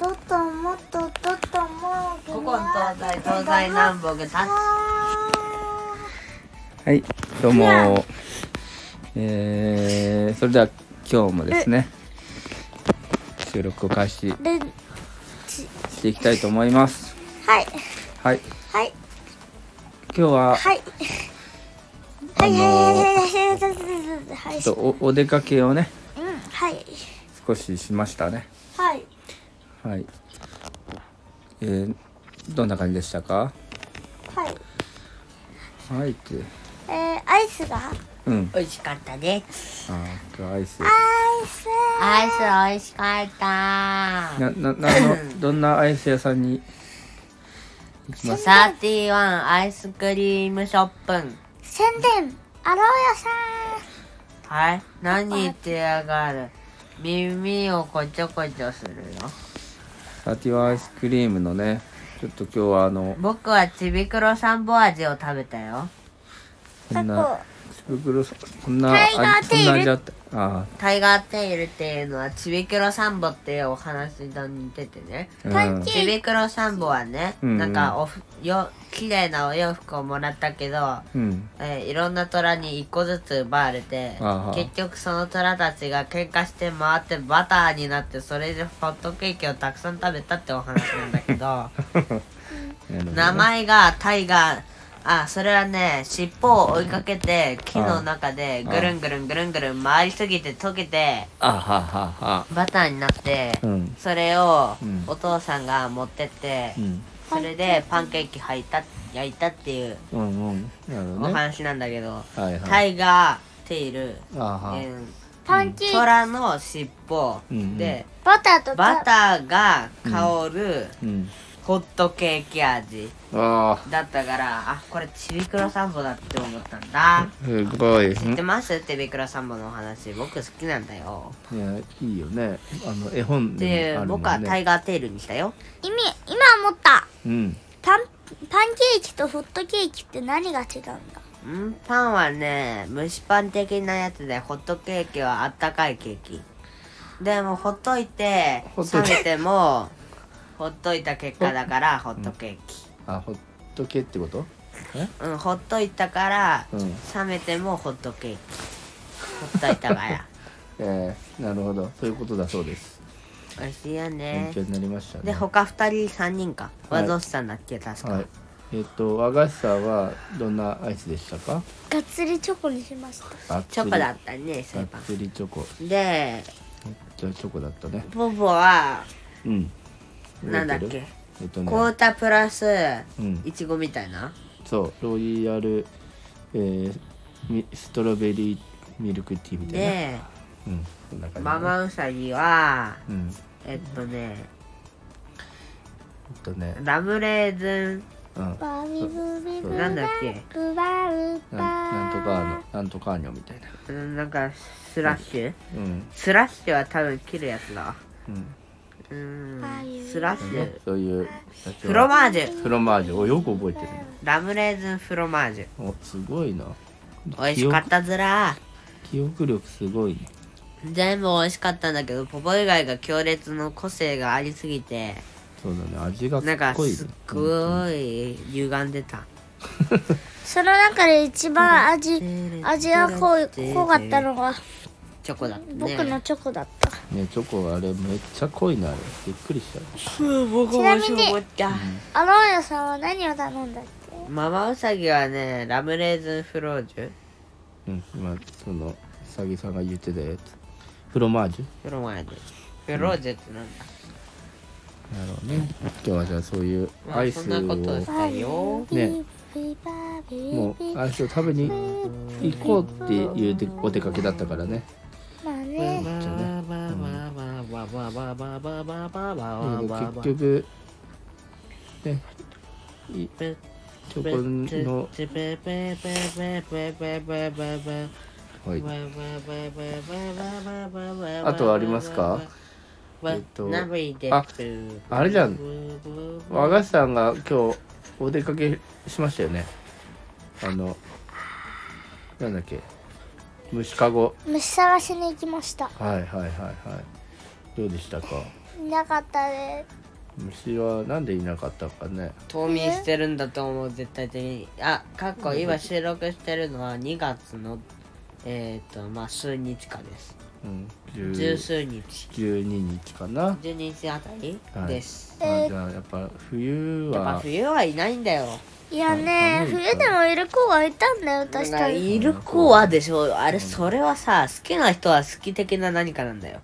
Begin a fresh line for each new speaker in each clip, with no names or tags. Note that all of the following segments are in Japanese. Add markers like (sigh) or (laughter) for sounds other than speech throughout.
どっともっとどっとも
古今東西東西南北立つ
はい、どうも。えー、それでは今日もですね、収録を開始
で
していきたいと思います。
はい
はい、
はい
今日は、
はい
あ
はいはいはい
のー
はいはいはいはいはいはい
ちょっとおお出かけをね、
うんはい
少ししましたね。
はい
はい。えー、どんな感じでしたか
はい
はいって、
えー、アイスが
うん。
美味しかったです
あー、今日アイス。
アイス
アイス美味しかった
な、な、なんの、どんなアイス屋さんに行きます
サーティワンアイスクリームショップ
宣伝アローさ
はい何言ってやがる耳をこちょこちょするよ
サティワンアイスクリームのね、ちょっと今日はあの、
僕はちびくろサンボ味を食べたよ
こん
ん
な
過、
袋さこんな
タイガー
味こん
テ
な
イ
味
ル
だったあ
タイガーテイルっていうのはちびくろサンボっていうお話と似ててね
あ、
パン
うん
チ
ちびくろサンボはね、
うん
なんかおふよ綺麗なお洋服をもらったけど、
うん
えーいろんな虎に一個ずつ奪われて
あは
結局その虎たちが喧嘩して回ってバターになってそれでホットケーキをたくさん食べたってお話なんだけ
(laughs)
ど名前がタイガーあそれはね尻尾を追いかけて木の中でぐるんぐるんぐるんぐるん回りすぎて溶けて
あははは
バターになって、
うん
それを
うん
お父さんが持ってって、
うん
それでパンケーキはいた焼いたっていう
うんうんなる
お
ほどね
話なんだけど、
はいはい
タイガーテイル、
あは
えー
パンチ
虎の尻尾、
うんうん
で
バターと
バターが香る
うん
ホットケーキ味
あ
だったからあこれちびくろサンボだって思ったんだ
ーすごい
知って
ん
ますちびくろサンボのお話僕好きなんだよ
いやいいよねあの絵本
で
でもあるもん
僕はタイ
ね
ガーテイルにしたよ
意味今思った
うん
パンパンケーキとホットケーキって何が違うんだ
うんパンはね蒸しパン的なやつでホットケーキはあったかいケーキでもほっといて
ほっと
冷
いて
めてもほっといた結果だからホットケーキ
あほっとけってことえ
うんほっといたから
うん
冷めてもホットケーキほっといたから
(laughs) えー、なるほどそういうことだそうです
美味しいよね
勉強になりましたね
で他2人3人か
は
和
い
蔵さんだっけ確か、
はいえっ、と和菓子さんはどんなアイスでしたか
がっつりチョコにしました
チョコだったねそういえ
がっつりチョコ
ばで
めっちゃチョコだったね
ボボは
うん
なんだっけ
えっとね
紅茶プラス
うん
いちごみたいな、
そうロイヤル、えーみストロベリーミルクティーみたいな、
で
うんそんな感じ
ママウサギは
うん
えっとね
えっとね
ラムレーズ
うん
バーミブミブ
ン
バ
なんだっけ
ブバウ
な
バ
なんとかあのなんとかあにょみたいな
うんなんかスラッシュ
うん
スラッシュは多分切るやつだわ
うん
うんスラッシ
ね
ュ
そういう
フロマージュ
フロマージュをよく覚えてるね
ラムレーズンフロマージュ
おすごいな
美味しかったずら
記憶記憶力すごいね
全部美味しかったんだけどポポ以外が強烈の個性がありすぎて
そうだね味が
なん
か
か
っこいいね
すっごい歪んでた
その中で一番味味が濃い濃かったのが
チョコだったね
僕のチョコだった、
ねチョコあれめっちゃ濃いなあれびっくりした
僕もそう思った
アローヤさんは何を頼んだっ
ママウサギはねラムレーズンフロージュ
うん、今そのさぎさんが言ってたやつフロマージュ
フロマージュフロージュってなんだ、
なるほどね今日はじゃあそういう
まあ
アイスを
そんなことをしたよ
け
ねもうアイスを食べに行こうっていうでお出かけだったからね
まあね
だけど結局ねいチョコのはいあとはありますかえっとああれじゃん和菓子さんが今日お出かけしましたよねあのなんだっけ虫かご
虫探しに行きました
はいはいはいはいどうでしたか
いなかったで
虫はなんでいなかったかね
冬眠してるんだと思う絶対的にあかっこ今収録してるのは2月のえっ、ー、とまあ数日かです
うん
十
10
数日
12日かな
12日あたり
はい
です、
あじゃあやっぱ冬
やっぱ
は
冬はいないんだよ
すいやね
はい
冬でもいる子がいたんだよ確か
だから
に
いる子はでしょあれそれはさ好きな人は好き的な何かなんだよ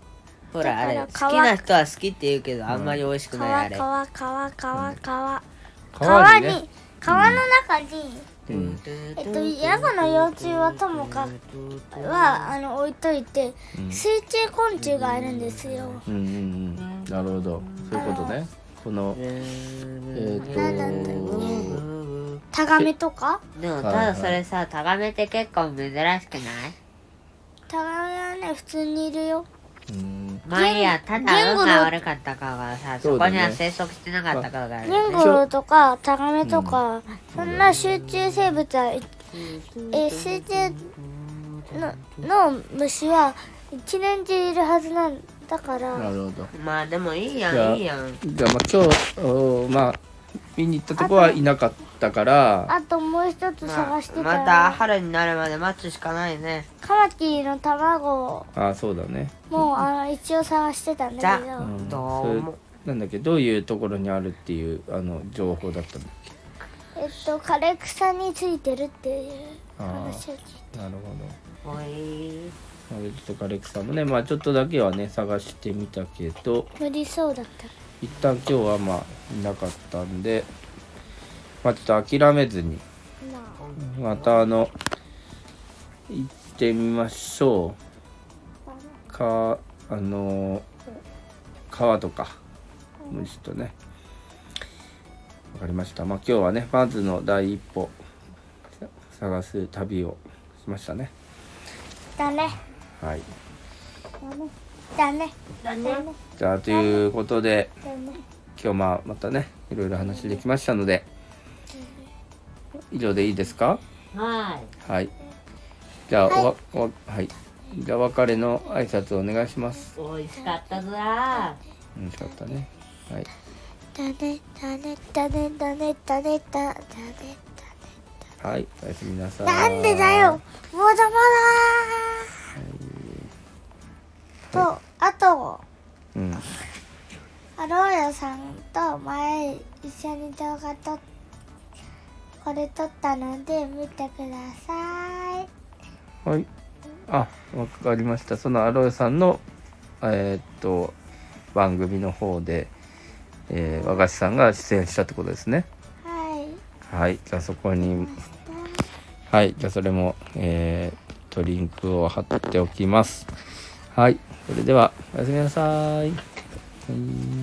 ほらあれ
だ
好
から乾
き
く
な人は好きって言うけどあんまり美味しくないあ
川川
れ
川川川
川
川
にね
に川の中に
うん
えっとヤゴの幼虫はともかくはあの置いといて
うん
水中昆虫がいるんですよ
うんうんうんなるほどそういうことねこの
え
えっ、
ー
なんなんだ
と
タガメとか
でもただそれさタガメって結構珍しくない
タガメはね普通にいるよ
うん
まあいいやただ
言語
運
の
が悪かったからさ
そ
そう
だ
こ
ね
には生息してなかったからだよ
ニンゴロウとかタガメとか、そんな集中生物はいえー水中のの虫は一年中いるはずなんだか
な
ら
るほど
まあでもいい
じゃ
や
あ
んいいやん
じゃあまあ今日おーまあ見に行ったとこはいなかったから
あともう一つ
ま
探
あ
してたら、
また春になるまで待つしかないね
カマキリの卵
ああそうだね
もあの一応探してたんだけ
じ
ど
ゃ
ん
ど
そうれ
も
なんだっけどういうところにあるっていうあの情報だったんだっけ
えっと枯れ草についてるっていう
あ
話を聞い
あなるほど
おい
まあちょっとガレクさんもねまあちょっとだけはね探してみたけど
て無理そうだった
一旦今日はまあいなかったんでまあちょっと諦めずに
なあ
またあの行ってみましょうかあの川とか虫とねわかりましたまあ今日はねまずの第一歩探す旅をしましたね
だね
はい
だね
だね
じゃあということで
だね
今日まあまたねいろいろ話できましたので以上でいいですか
はい
はいじゃあおわおわはいじゃあお別れの挨拶をお願いします
美味しかったぞー
楽しかったねはい
だねだねだねだねだねだだねだね
はいおやすみなさい
なんでだよもだまだと、あと、
うん
アローラさんと前一緒に動画撮っこれ撮ったので見てください。
はいあわかりましたそのアロエさんのえーっと番組の方で、えー、和菓子さんが出演したってことですね
はい。
はいじゃあそこにはい、じゃあそれも、えー、とリンクを貼っておきます。はい、それではおやすみなさい。はい